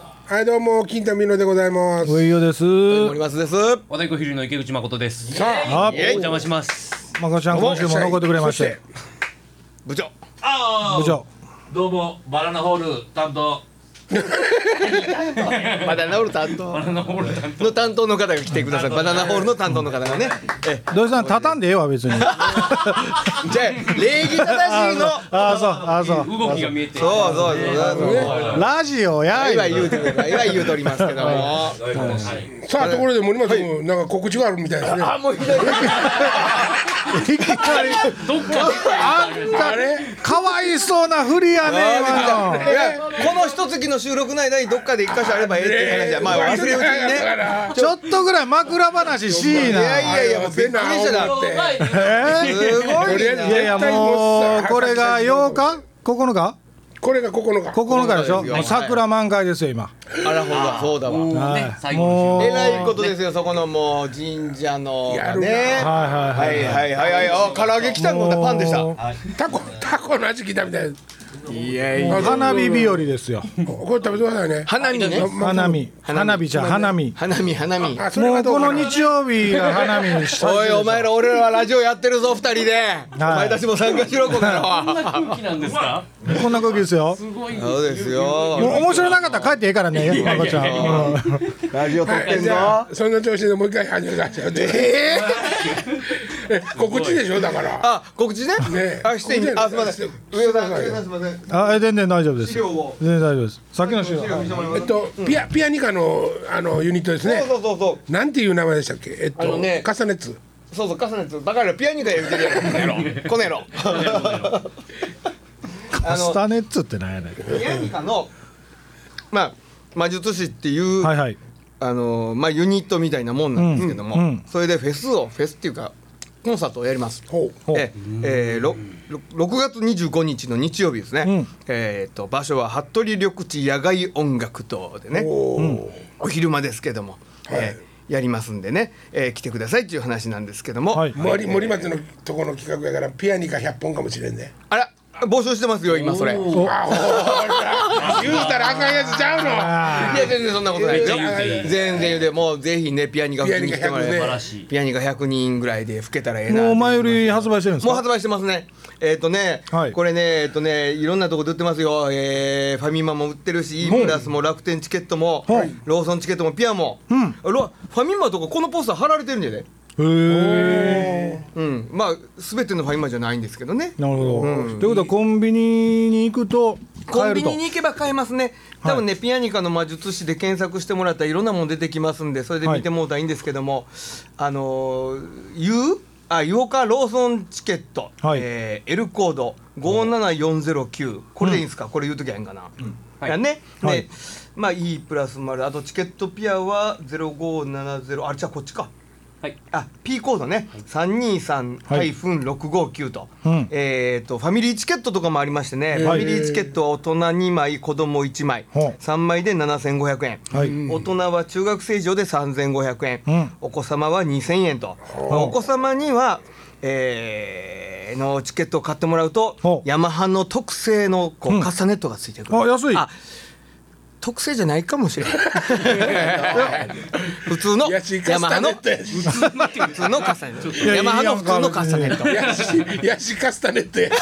はいどうも金田美濃でございますおいよです。森松です。和太鼓ヒルの池口誠です。さああお、邪魔します。まこちゃん今週も残ってくれましそて。部長。部長。どうも、バナナホール担当。バナナホール担バ当ナナホール担の担当の方が来てください。バナナホールの担当の方がね。え、土井さん畳んでええわ別に。あじゃあ礼儀正しいの。あそうあそう。当。動きが見えて。 そうそうそうそう。ラジオやい今言うてる、今言うとりますけども。うさあところで森松君なんか告知があるみたいですねもうひどい。いきなりどっかあんたあれかわいそうなふりやね今の。いやこの一月の収録の間にどっかで一箇所あればええっていう話や。まあ忘れうちにだかね。らちょっとぐらい枕話しいいやいな。やいや、もうびっくりしたな。ってえすーごとりあいえずな。いやいやもうこれが8日9日これが9日9日でしょ。もう桜満開ですよ今。あらほら、そうだわ。はねい。最後ものう。えらいことですよ、そこのもう神社のやるなね。はいはいはいはいはい、あ、唐揚げ来たの、パンでした。タコタコの味聞いたみたいですいやいや、あ花火日和ですよ。これ食べてくださいね花見ね。花見花火じゃん花見。花見花見。あそれもはうどうこかのな日曜日が花見にしたおい、お前ら、俺らはラジオやってるぞ、二人で。お前たちも参加しろ、こから。空気なんですか。こんな空気ですよすごい。そうですもうよ。面白なかったら帰っていいからねまこちゃんうんラジオ撮っはていんじゃぞあ。そんな調子でもう一回始めましょうええ告知でしょだからあ、告知ねね。あ、していい。あ、すみません。上田さん、上田さん、すみません。あえ全然大丈夫です資料を全然大丈夫ですさっきの資料見せてもらいまえすっとピアピアニカのあのユニットですねそうそうそうなんていう名前でしたっけえっあとのねカサネツそう、そうそう、重ねて、バカらピアニカや言うてるやろ、この野郎。この野郎。カスタネッツってなんやねんピアニカの、まあ、魔術師っていう、はいはいあのまあ、ユニットみたいなもんなんですけども、うんうんそれでフェスをフェスっていうかコンサートをやります。ほうほうええー、ろろ6月25日の日曜日ですね、うんえー、と場所は服部緑地野外音楽堂でねおーお昼間ですけども、えーやりますんでね、えー来てくださいっていう話なんですけども、はい森森松のとこの企画やからピアニカ100本かもしれんねあら募集してますよ今それいあやほら言うたらあかんやつちゃう全然そんなことないですよ言うていい言う全然言うてもうぜひねピアニカ普通に来てもらえピアニカ100ねば素晴らしい。ピアニカ100人ぐらいで老けたらええなもう前より発売してるんですもかう発売してますね。えっ、とね、はいこれね、えっ、とね、いろんなとこで売ってますよ。えーファミマも売ってるし、E プラスも楽天チケットも、はいローソンチケットもピアも、ロファミマとかこのポスター貼られてるんじゃね。へえうん、まあ全てのファミマじゃないんですけどね。なるほどということはコンビニに行くとコ買えるンビとニに行けば買えますね。多分ね、ピアニカの魔術師で検索してもらったらいろんなもん出てきますんで、それで見てもらったらいいんですけども、あのー、ゆうあ、ユオカローソンチケット、はいえー L コード57409、これでいいんですか、これ言うときゃいいんかな。はいやね、はでい、まあ E プラスもある、あとチケットピアは0570、あれじゃあこっちか。はい。あ、P コードね、三二三ハイフン六五九と、うんえっ、とファミリーチケットとかもありましてね、ーファミリーチケットは大人二枚、子供一枚ほう、三枚で七千五百円、はい大人は中学生以上で三千五百円、うんお子様は二千円と、お子様には。えーのチケットを買ってもらうとほうヤマハの特製のこう、うんカスタネットがついてくるあ安いあ特製じゃないかもしれない 普通のの安いヤカマスタネハのットやし普通のカスタネッいやト。ヤマハの普通のカスタネット。安い安いカスタネットやし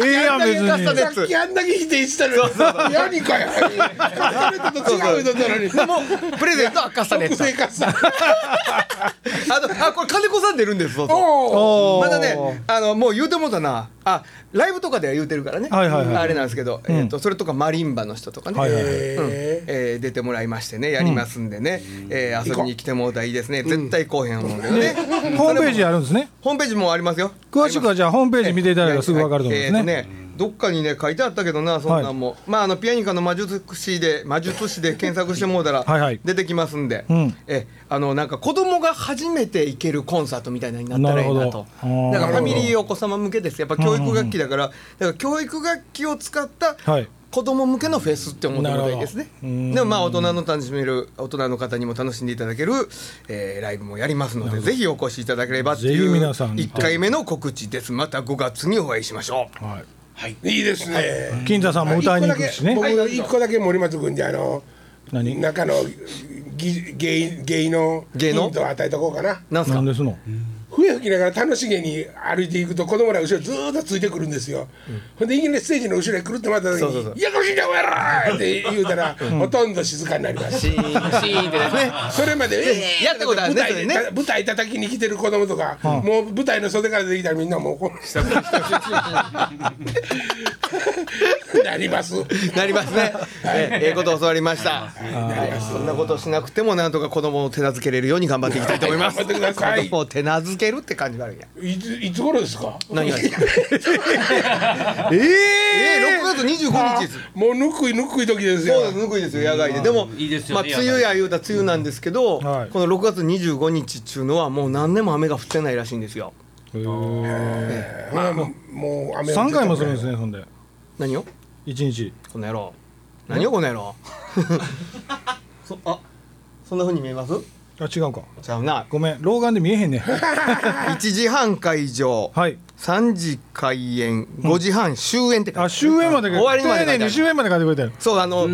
ええやん別カスタネにッさっきあんだけ否定したのにヤニカやカスタネットと違うのなのにでもプレゼントはカスタネ特ット。製カスタネッあとあこれ金子さん出るんです。そうトそうおーおーまだねあのもう言うてもうたな。あライブとかでは言うてるからね。はいはいはいあれなんですけど、えっとそれとかマリンバの人とかね。はいはいはいええー出てもらいましてねやりますんでね、えー遊びに来てもらったらいいですね絶対後編を思うんでね、ホームページあるんですねホームページもありますよ詳しくはじゃあホームページ見ていただいたらすぐわかると思うんですねえーとどっかにね書いてあったけどなそんなんも、まああのピアニカの魔術師で魔術師で検索してもうたらはいはい出てきますんで、うんえあのなんか子供が初めて行けるコンサートみたいなのになったらいいななるほとどあーなんかファミリーお子様向けですやっぱ教育楽器だから、だから教育楽器を使った、はい子供向けのフェスって思ってもらいいですなねるほどうんでもまあ大人の楽しめる大人の方にも楽しんでいただける、えーライブもやりますのでぜひお越しいただければっていぜひう皆さん1回目の告知ですまた5月にお会いしましょうはいはいいいですね。金座さんも歌いに行くしね一個だけ僕一個だけ森松君にあの何中のぎ芸芸の芸のヒントを与えとこうかな。なんすなかんですの笛吹きながら楽しげに歩いていくと子供ら後ろずーっとついてくるんですよ、ほんでいきなりステージの後ろへくるってまった時にそうそうそういやこしいじゃおやら!」って言うたら、ほとんど静かになりますシーンシーンってねそれまで、えーやったことあるね舞台そでれねた舞台叩きに来てる子供とか、もう舞台の袖から出てきたらみんなもうこうなりますなりますね。えええことを教わりました。はいそんなことしなくても、なんとか子供を手なずけれるように頑張っていきたいと思います。はい頑張ってください子供を手なずけるって感じがあるんや。いついつ頃ですか何がですか。ええ六月二十五日です。もうぬくいぬくい時ですよそうです、ぬくいですよ、野外で、でも、いいですまよあ、ね梅雨や言うたら梅雨なんですけど、はいこの6月25日っていうのは、もう何年も雨が降ってないらしいんですよ。まあもうもう雨三回もするんですねねほんで何を、一日この野郎。何を、この 野郎。そ、あ、そんな風に見えます。あ違うかちゃうな。ごめん老眼で見えへんね1時半会場、はい3時開演、5時半終演って書いてあある終演まで終わりまで書いてあ丁る寧に終演まで書いてくれてるそうあの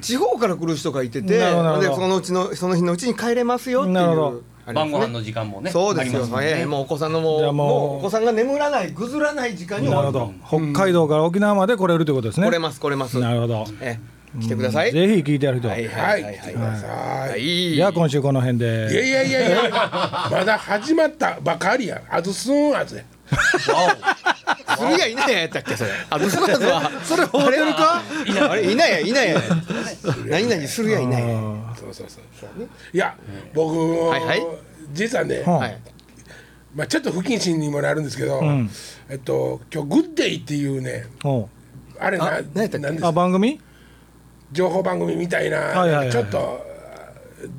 地方から来る人がいててなるほどなるほでどそのうちのその日のうちに帰れますよっていうなるほどあれですね晩ご飯の時間もねそうですあよりますもんええねもうお子さんのもじゃうあもうもうお子さんが眠らないぐずらない時間に終なわるるほど北海道から沖縄まで来れるということですね来れます来れますなるほどええ来てくださいぜひ聞いてやる人はいははいいはい来はていください、、はいいじゃあ今週この辺でやいやいやいやまだ始まったばかりやあずすんあずやするやいないややったっけそれあブスナーズは それホテルかあれいないやいないや何々するやいないやそうそうそうそういや僕もはいはい実はね、うんはいまあ、ちょっと不謹慎にもなるんですけど、んえっと今日「グッデイ」っていうねおうあれな何やったっけなんですあ番組情報番組みたいな、いはいはいちょっと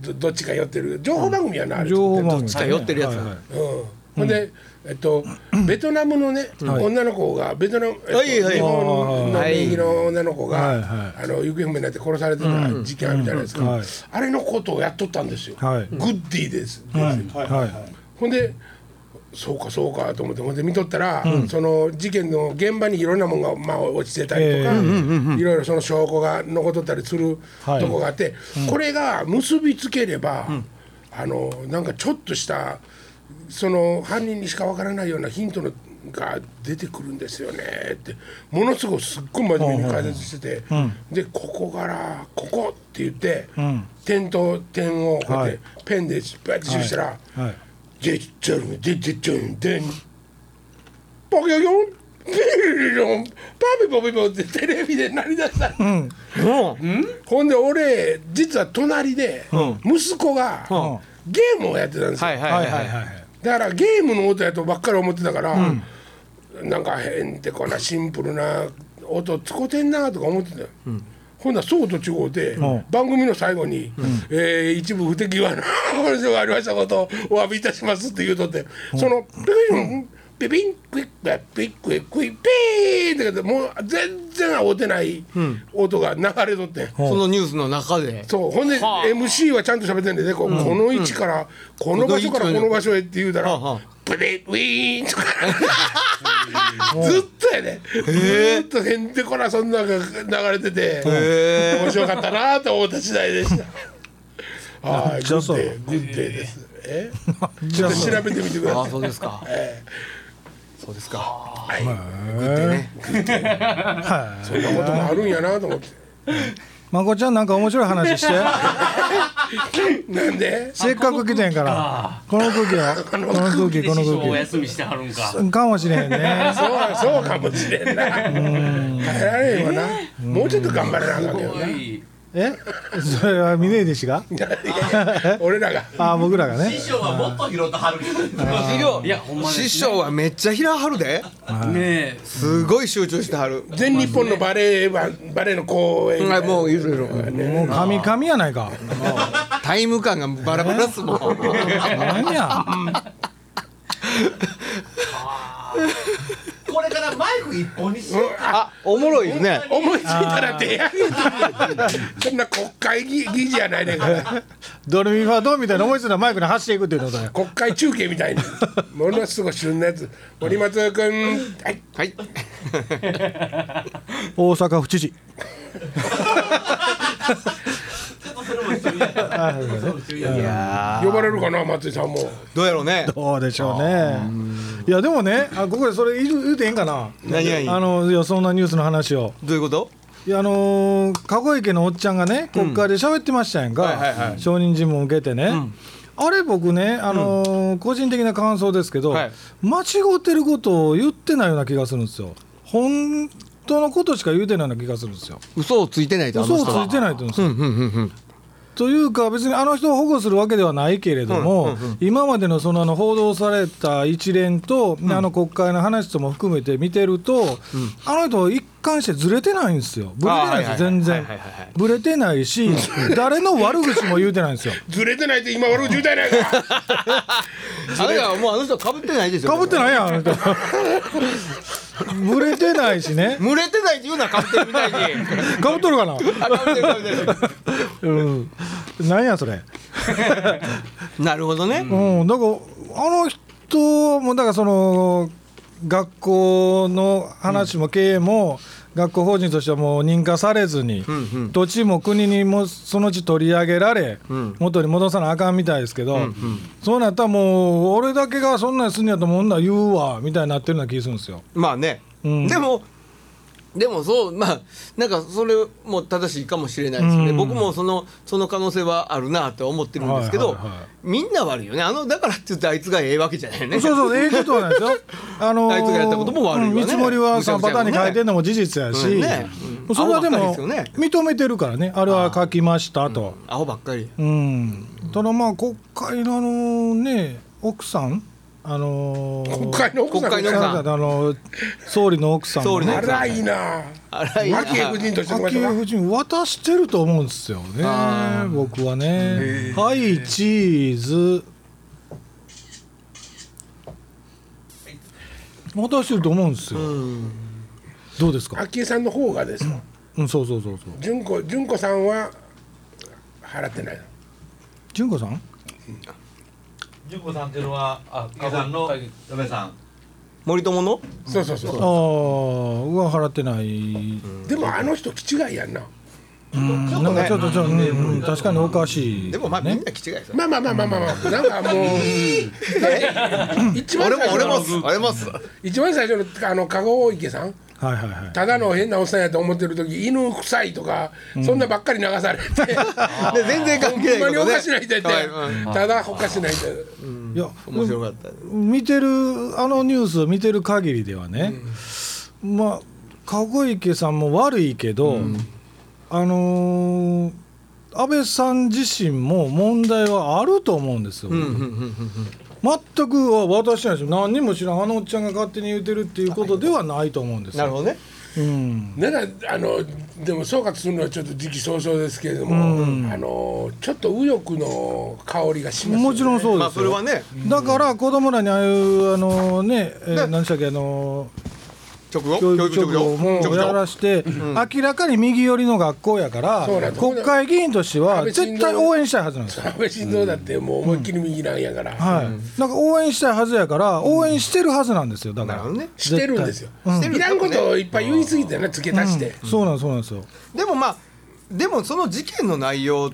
どどっちか寄ってる情報番組やな、あれ情報番組どっちか寄ってるやつはいはういんほんで、えっと、ベトナムのね、はい女の子がベトナム、えっとはいはい日本のはい名義の女の子が、はいはあの行方不明になって殺されてた事件あるじゃないですか、うんはいあれのことをやっとったんですよ、はいグッディです、はいはいほんでそうかそうかと思ってほんで見とったら、その事件の現場にいろんなもんが、まあ、落ちてたりとか、ええいろいろその証拠が残っとったりするはいとこがあって、これが結びつければ、あのなんかちょっとしたその犯人にしかわからないようなヒントのが出てくるんですよねってものすごいすっごい真面目に解説してて、でここからここって言って、点と点をこうやっはて、いペンでバッて印したら。はいでっちゃんでっちゃんでんポケヨンピリロンパピポピポってテレビで鳴り出した、もうほんで俺実は隣で息子がゲームをやってたんですよ、はいはいははいいはいははいいだからゲームの音やとばっかり思ってたから、なんか変ってこんなシンプルな音使うてんなとか思ってたよ、ほんならそうと違うて、ん番組の最後に、えー一部不手際の放送がありましたことをお詫びいたしますって言うとって、そのピピンピピンクイックピックイックイッピーンってやってもう全然合うてない音が流れとってん、そのニュースの中でそうほんで MC はちゃんと喋ってんでねこうこの位置からこの場所からこの場所へって言うたらうんうん「プレウィーン」とかずっとやねずっとへんてこなそんなんが流れててへ面白かったなと思った次第でしたはいじグゃあそッうデイグッデイですえちじゃょあっと調べてみてくださああいそうですかえそうですかえそんなこともあるんやなと思ってまこちゃんなんか面白い話してなんでせっかく来てんからこの空気だこの空気でこの師匠お空休みしてはるんか気かもしれへんねそうそうかもしれんな帰られへんわなもうちょっと頑張らなあかんけどなはいえそれは峰岸が俺らがあ僕らがね師匠はもっと拾ってはるけど師匠いやほんまですね師匠はめっちゃ平はるでねえすごい集中してはる全日本のバレーはバレーの公演はいもういろいろもう神々やないかタイム感がバラバラっすもん何やこれからマイク一本にしようあおもろいですね思いついたら手やげてそんな国会議議事やないねんからドルミファドンみたいな思いついたらマイクに走っていくっていうことだよ国会中継みたいにものすごい旬なやつ森松君はいはい大阪府知事呼ばれるかな松井さんもどうやろうねどうでしょうねいやでもねあここでそれ言う言うていいんかな何々あのいやそんなニュースの話をどういうこといやあのー、籠池のおっちゃんがね国会で喋ってましたやんか、はいはいはい証人尋問受けてね、あれ僕ね、あのー個人的な感想ですけど、はい間違ってることを言ってないような気がするんですよ本当のことしか言うてないような気がするんですよ嘘をついてないとあ嘘のを人ついはてないと思うんですよ、というか別にあの人を保護するわけではないけれども、今までのそのあの報道された一連と、あの国会の話とも含めて見てると、あの人一貫してずれてないんですよぶれてないんですよあーはいはい全然はいはいはいぶれてないし誰の悪口も言うてないんですよ ずれてないって今悪口言うたやないかあれはもうあの人かぶってないでしょかぶってないやんあの 人ぶれてないしね群れてないって言うなかぶってるみたいにかぶっとるかなあ被ってる被ってるうんなんやそれなるほどね、うん、だからあの人もだからその学校の話も経営も、学校法人としてはもう認可されずに、土地も国にもそのうち取り上げられ、元に戻さなあかんみたいですけど、そうなったらもう俺だけがそんなんすんやと思うんだ言うわみたいになってるような気がするん ですよ。まあね、うんでもでもそうまあなんかそれも正しいかもしれないですよね、うん僕もそのその可能性はあるなとは思ってるんですけはど、いはいはいみんな悪いよねあのだからって言ってあいつがええわけじゃないよねそうそう、ええことはないです よ。あのーあいつがやったことも悪いわねうん見積もりは3パターンに変えてんのも事実やし、うんねうんそれはで青ばもっかりですよ認めてるからね、あれは書きましたと。青ばっかりうん、ただまあ国会のあのね奥さんあのー国会の奥さん国会の奥さんあの総理の奥さん総理の荒いな荒いな昭恵夫人としてこう昭恵やっ夫人渡してると思うんですよねあ僕はねはいチーズ渡してると思うんですよ、どうですたか昭恵さんの方がですようんそうそうそうそう純子純子さんは払ってない純子さん純子さんっていうのは、あ、計算の嫁さん。森友のそうそうそうああは払ってないでもあの人気違いやんなうんなんかちょっとちょっと、うんうん確かにおかしい、でもまあみんな気違いですよ、まあまあまあまあまあまあなんかもう一番俺も最初俺もっのす俺もっす一番最初のあの籠大池さんはいはいはいただの変なおっさんやと思ってる時犬臭いとかそんなばっかり流されてで全然関係ほんまないにこおとねかしな人やってはいうんただおかしな人やいや面白かった見てるあのニュースを見てる限りではね、まあ籠池さんも悪いけど、あのー安倍さん自身も問題はあると思うんですよ、全くは私なんですよ何にも知らんあのおっちゃんが勝手に言うてるっていうことではないと思うんですよなるほどねうん、だからあのでも総括するのはちょっと時期尚早ですけれども、あのちょっと右翼の香りがしますよねもちろんそうですよ、まあそれはねだから子供らにああいうあのね、えーね何でしたっけあの直後教教育育直局後をも直うや後らして、明らかに右寄りの学校やからそうなんです国会議員としては絶対応援したいはずなんですよ。安倍晋三だってもう思いっきり右なんやから、はい、なんか応援したいはずやから応援してるはずなんですよだかなるら、ほどねしてるんですよ、うんいらんことをいっぱい言いすぎてね付け足して、そうなんそうなんですよでもまあでもその事件の内容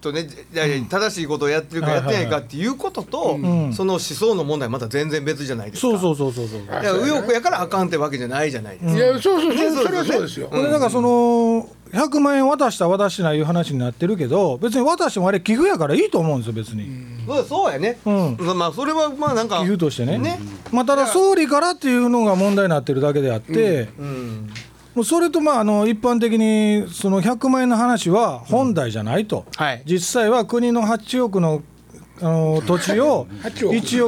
とねじゃあ正しいことをやってるかやってないかっていうことと、んその思想の問題また全然別じゃないですか。そうそうそうそうそう、だから右翼やからあかんってわけじゃないじゃないですか。いやそうそうそう、ねそうそですよねれはそうですよ、これだからその100万円渡した渡してないいう話になってるけど別に渡してもあれ寄付やからいいと思うんですよ別に、そうそうやね。うんまあそれはまあなんか寄付としてねねまあ、ただ総理からっていうのが問題になってるだけであって、うんもうそれとまああの一般的にその100万円の話は本題じゃないと、はい実際は国の8億のあの土地を8億1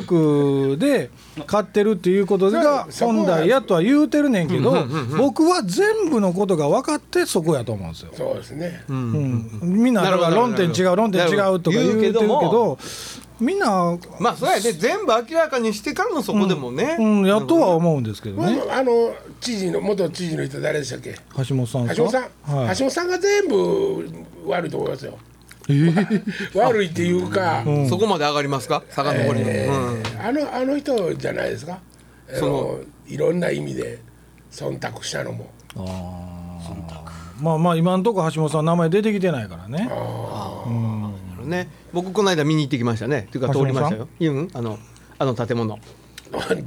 億で買ってるっていうことがそこは本題やとは言うてるねんけど僕は全部のことが分かってそこやと思うんですよ。そうですね、うんみんなだからなるほど論点違なうるほど論点違うとか言うてるけなるほどみんな、まあそうやね全部明らかにしてからのそこでもね、うん、やっとは思うんですけどまあねまああの知事の元知事の人誰でしたっけ橋本さんでし橋ょ本さん、はい橋本さんが全部悪いと思いますよ。 悪いっていうか、うんそこまで上がりますか坂登りの、えうんーあのあの人じゃないですか。あそののいろんな意味で忖度したのも。 まあまあ今のところ橋本さん名前出てきてないからねね、僕この間見に行ってきましたね。というか通りましたよ。うん、あの、あの建物。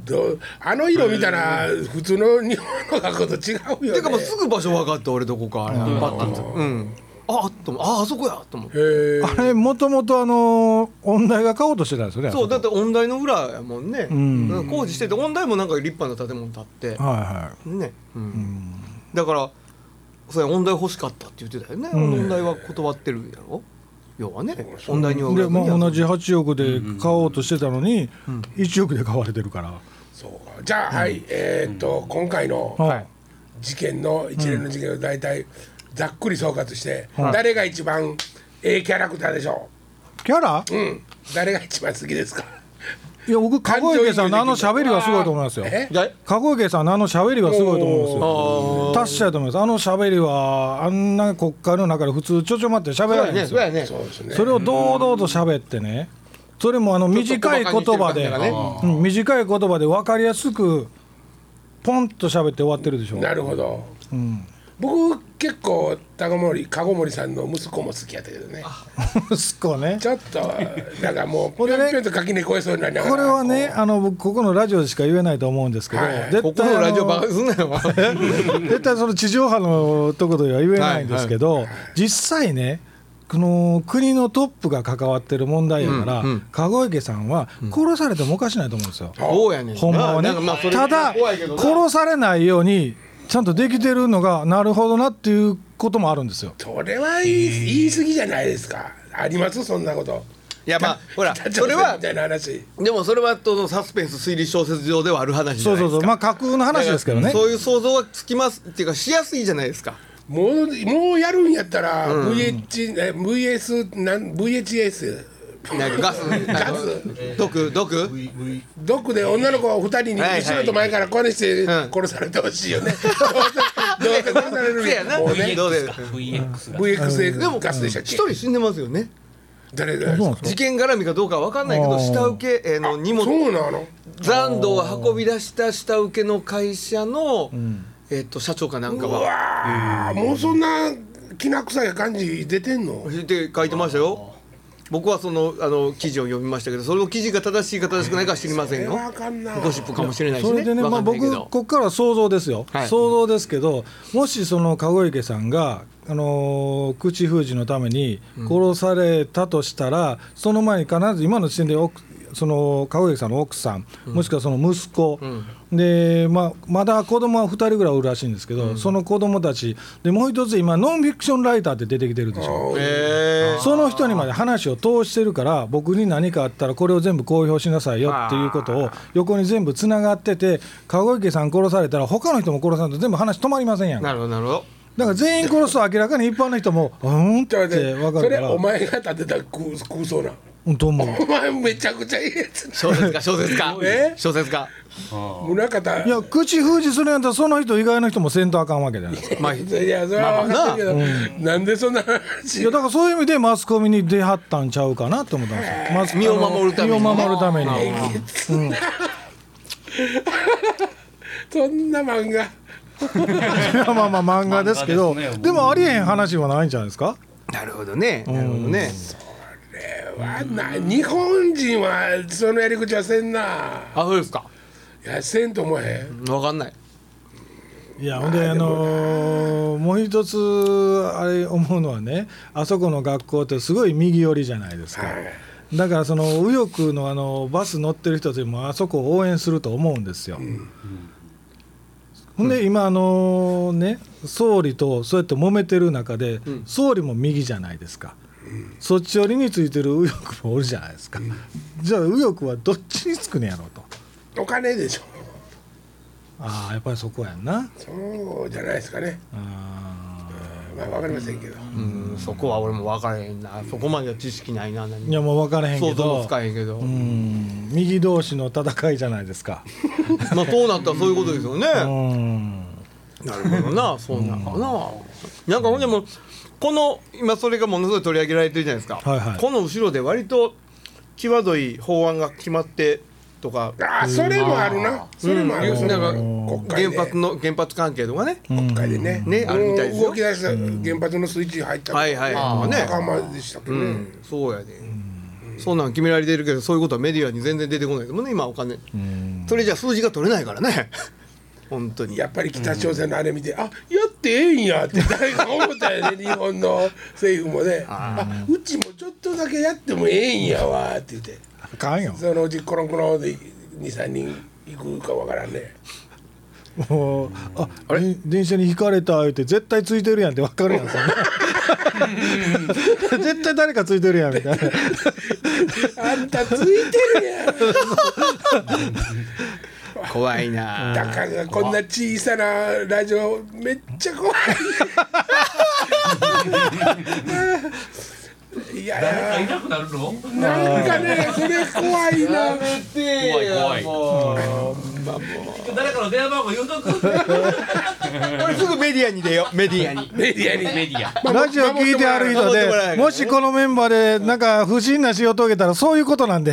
どあの色見たら普通の日本の学校と違うよてかもうね。すぐ場所分かって、俺どこかあれ。パッと見たうん。あ、と思う、あ、あそこやと思って。えーあれもともとあの音大が買おうとしてたんですよねそう、だあって音大の裏やもんね。ん工事してて、音大もなんか立派な建物建ってこ。はね。うん。だから。それ音大欲しかったって言ってたよね。音大は断ってるやろ。要はね。音大にいははいで、裏まにはあ、同じ8億で買おうとしてたのに1億で買われてるから、そうかじゃあ、はいえーっと今回のはい事件の一連の事件を大体ざっくり総括して、誰が一番ええキャラクターでしょキャラう、うん、誰が一番好きですかいや僕籠池さんのあの喋りはすごいと思いますよええ籠池さんのあの喋りはすごいと思いますよああ。達者やと思いますあの喋りはあんな国会の中で普通ちょちょ待って喋そらうやないんね。ですそうよやね。そうですねそれを堂々と喋ってねそれもあの短い言葉ちで、ょっと小馬鹿にしてる感じがねうん短い言葉で分かりやすくポンと喋って終わってるでしょなるほど、僕結構高森籠森さんの息子も好きやったけどね息子ねちょっとなんか もうぴれょねんぴょんと垣根越えそうになりながらこれはねこあの僕ここのラジオでしか言えないと思うんですけど、はい絶ここ対のラジオあバカにすんなよ。 絶対その地上波のところでは言えないんですけど、実際ねこの国のトップが関わってる問題やから、うんうん籠池さんは殺されてもおかしないと思うんですよ、そうやねんな。ほんまはねなんかまあそれただ怖いけどな殺されないようにちゃんとできてるのがなるほどなっていうこともあるんですよそれは言い言い過ぎじゃないですかありますそんなこといやまあ ほら北朝それ鮮はみたいな話でもそれはそのサスペンス推理小説上ではある話じそゃうないそでうそすうかまあ架空の話ですけどねそういう想像はつきますっていうかしやすいじゃないですかもうもうやるんやったら、VH え VS なん VHS なんか ガスガス毒毒ドックで女の子を二人にはいはい後ろと前からこうにしてうん殺されてほしいよね。 どうせどうせ殺されるせやなもうねどうで VX が VXX ガスでしたっ一け人死んでますよね誰がそうなんです事件絡みかどうかは分かんないけあどー下請けえーの荷そ物うなの残土を運び出した下請けの会社のえっと社長かなんかうはわーもうそんなきな臭い感じ出てんのって書いてましたよ僕はそのあの記事を読みましたけどその記事が正しいか正しくないかは知りませんよわかんなゴシップかもしれないしねそれでね、わまかあ、んないけ僕どここからは想像ですよ、はい想像ですけどもしその籠池さんが、あのー口封じのために殺されたとしたら、その前に必ず今の時点で奥その籠池さんの奥さん、もしくはその息子、で、まあ、まだ子供は2人ぐらいおるらしいんですけど、その子供たちでもう一つ今ノンフィクションライターって出てきてるでしょ。えその人にまで話を通してるから僕に何かあったらこれを全部公表しなさいよっていうことを横に全部つながってて籠池さん殺されたら他の人も殺さないと全部話止まりませんやーんなだかるほどなるほどら全員殺すと明らかに一般の人もうーんっちょっと待て分ってかそるかれらお前が立てた空空想なうんと思うお前めちゃくちゃいいやつ小説家小 説家え小説家宗方いや口封じするんやったらその人以外の人もせんとあかんわけ じゃないですかまあいやそれは分かってるけどなんでそんない話やだからそういう意味でマスコミに出張ったんちゃうかなと思ったんですよマス身を守るために身を守るために そんな漫画いや まあまあ漫画ですけど漫画ですねでもありえへん話はないんじゃないですかなるほどねなるほどねわな日本人はそのやり口はせんなあそうですかいやせんと思えへんわかんないいやほんであのーもう一つあれ思うのはねあそこの学校ってすごい右寄りじゃないですか、だからその右翼のあのバス乗ってる人たちもあそこを応援すると思うんですよ。ほんで今あのね総理とそうやって揉めてる中で総理も右じゃないですか。そっち寄りについてる右翼もおるじゃないですか。じゃあ右翼はどっちにつくねやろうと。お金でしょああやっぱりそこやんな。そうじゃないですかねあーまあ、わかりませんけど、うんそこは俺も分からへんなそこまでは知識ないな何いやもう分からへんけ想像どもつかへんけど、うん右同士の戦いじゃないですかまあそうなったらそういうことですよね、うんなるほどな、そうなのかな。なんかほんでも、この、今それがものすごい取り上げられてるじゃないですか。はいはいこの後ろで割と、際どい法案が決まって、とか。ああそれもあるなそれもある、うんなんか国会原で発の、原発関係とかね。国会でね,、ねあるみたいですよ動き出した原発のスイッチ入ったはいはいああね高浜でしたっけうね、ん、そうやで。そうなん決められてるけど、そういうことはメディアに全然出てこないですもんね、今お金。それじゃ数字が取れないから ね。本当に。やっぱり北朝鮮のあれ見て、あやってええんやって誰か思ったよね日本の政府もねあうちもちょっとだけやってもええんやわって言ってあかんよそのうちコロンコロンで23人行くかわからんねもうあで電車にひかれた言うて絶対ついてるやんって分かるやんそんな絶対誰かついてるやんみたいなあんたついてるやん怖いな。だからこんな小さなラジオめっちゃ怖いいや誰かいなくなるのなんかねそれ怖いな怖い怖い怖い。誰かの電話番号言うとく俺すぐメディアに出よう、メディアに。メディアにメディ アラジオ聞いてある人守ってもらえなでいもしこのメンバーでなんか不審な死を遂げたらそういうことなん で、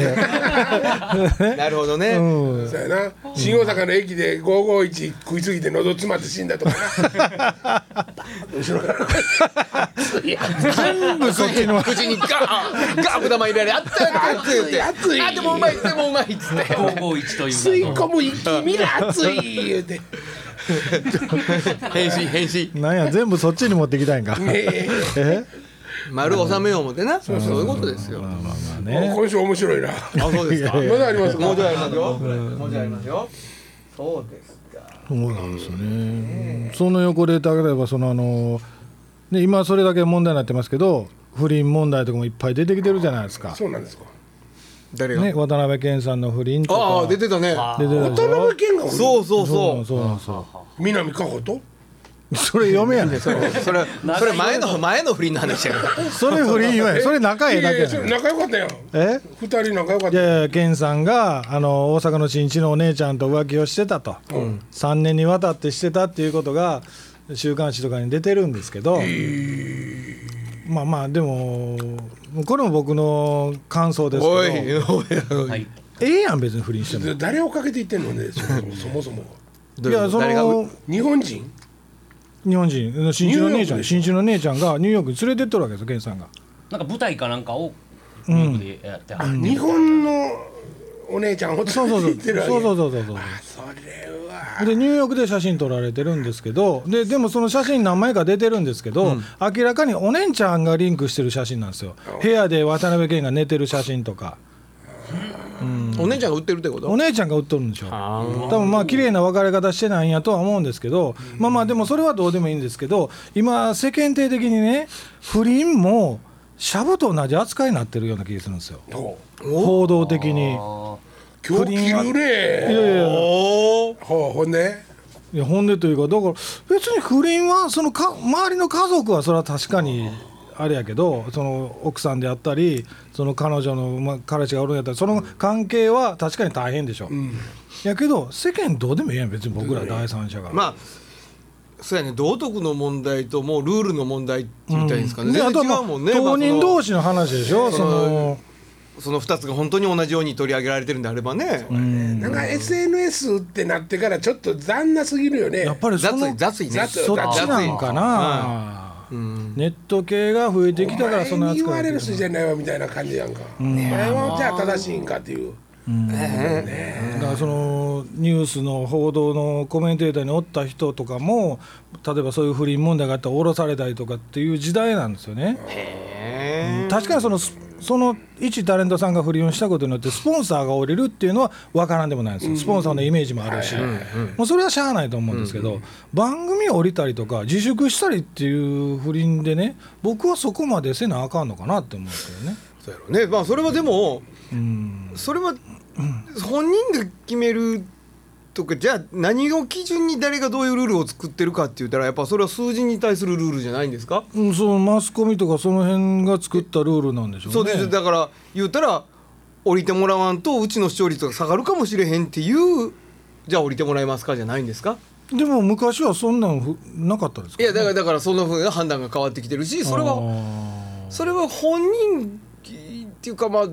なるほどね。うん、そうやな新大阪の駅で551食いすぎて喉詰まって死んだとかな後ろから全部そっちの口にガーガー豚まん入れられあったやつって言って熱いあでもうまいでもうまいっつって551と吸いいう名の込む息見な熱い言うてね変身変身なんや全部そっちに持ってきたいんかええ丸収めよう思ってなそういうことですよあまあもうね今週面白いなそうですかいやまだありますかもうじゃありますよもうじゃありますよそうですかそうなんですよねその横で例えばそのあのね今それだけ問題になってますけど不倫問題とかもいっぱい出てきてるじゃないですか、そうなんですか誰がね、渡辺謙さんの不倫とかああ出てたね出てたでし渡ょ辺謙がそそううそうそうなんそそうなんそ南加穂とうそれ嫁やねんそれうそれそれ前の前の不倫の話やからそれ不倫やそれ仲ええだけいややいやそれねん仲良かったやんえ二人仲良かっいたやいや健さんがあの大阪の新地のお姉ちゃんと浮気をしてたと、3年にわたってしてたっていうことが週刊誌とかに出てるんですけど、まあまあでもこれも僕の感想ですおいけどおいおいはいええやん別に不倫しても。誰をかけていってんのねそもそもそもいやそ誰がの日本人日本人新地の姉ちゃんニューヨークでしょ新地の姉ちゃんがニューヨークに連れてっとるわけですよ健さんが。なんか舞台かなんかをニューヨークでやってはる日本のお姉ちゃんほっそうとそうそいうってるわけそうそうそうそうそうそれはでニューヨークで写真撮られてるんですけどででもその写真何枚か出てるんですけど、明らかにお姉ちゃんがリンクしてる写真なんですよ部屋で渡辺謙が寝てる写真とかお姉ちゃんが売ってるってこおと姉ちゃんが売っとるんでしょ多分まあ綺麗な別れ方してないんやとは思うんですけど、まあまあでもそれはどうでもいいんですけど今世間体的にね不倫もシャブと同じ扱いになってるような気がするんですよ報道的に今日着るいやねいやおおほうほんでいや本音というかだから別に不倫はそのか周りの家族はそれは確かにあれやけどその奥さんであったりその彼女の、まあ、彼氏がおるんやったらその関係は確かに大変でしょ、やけど世間どうでもいいやん別に僕ら第三者が、まあそうやね道徳の問題ともうルールの問題って言ったらいいんですかね、であ全と然は、まあ違うもんね当人同士士の話でしょ、そのその2つが本当に同じように取り上げられてるんであればねなんか SNS ってなってからちょっと残なすぎるよねやっぱりそ雑のい雑いね雑いそっちなんかな、ネット系が増えてきたからそおの前に言扱わいれでる人じゃないわみたいな感じやんかこれはじゃあ正しいんかっていうだからそのニュースの報道のコメンテーターにおった人とかも例えばそういう不倫問題があったら降ろされたりとかっていう時代なんですよね。うん確かにそのスその一タレントさんが不倫をしたことによってスポンサーが降りるっていうのは分からんでもないんですよスポンサーのイメージもあるしもうそれはしゃあないと思うんですけど番組を降りたりとか自粛したりっていう不倫でね僕はそこまでせなあかんのかなって思うんですけどね。そうやろねまあそれはでも、それは本人が決めるとかじゃあ何を基準に誰がどういうルールを作ってるかって言ったらやっぱそれは数字に対するルールじゃないんですか、うん、そのマスコミとかその辺が作ったルールなんでしょうねそうですだから言ったら降りてもらわんとうちの視聴率が下がるかもしれへんっていうじゃあ降りてもらえますかじゃないんですかでも昔はそんなんふなかったですいかやだからだからその風な判断が変わってきてるしそれあはーそれは本人っていうかまあ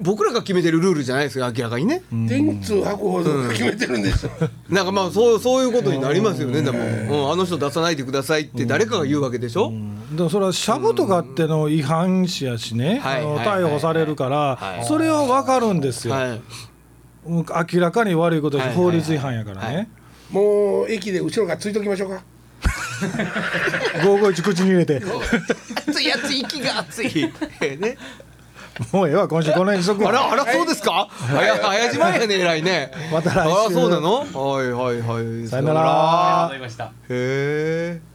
僕らが決めてるルールじゃないですよ明らかにね電通博報堂が決めてるんですよ、なんかまあそうそういうことになりますよねでも、うん、あの人出さないでくださいって誰かが言うわけでしょ、だからそれはシャブとかっての違反者やしね、はいあのはいはい逮捕されるから、はいそれは分かるんですよ、はいもう明らかに悪いことではい法律違反やからね、もう駅で後ろからついときましょうか551口に入れて熱い熱い息が熱い ねもうええわ今週この辺にしとく あわらあらそうですかはや早島やね偉いねまた来週あらそうなのはいはいはいさよならりましたへえ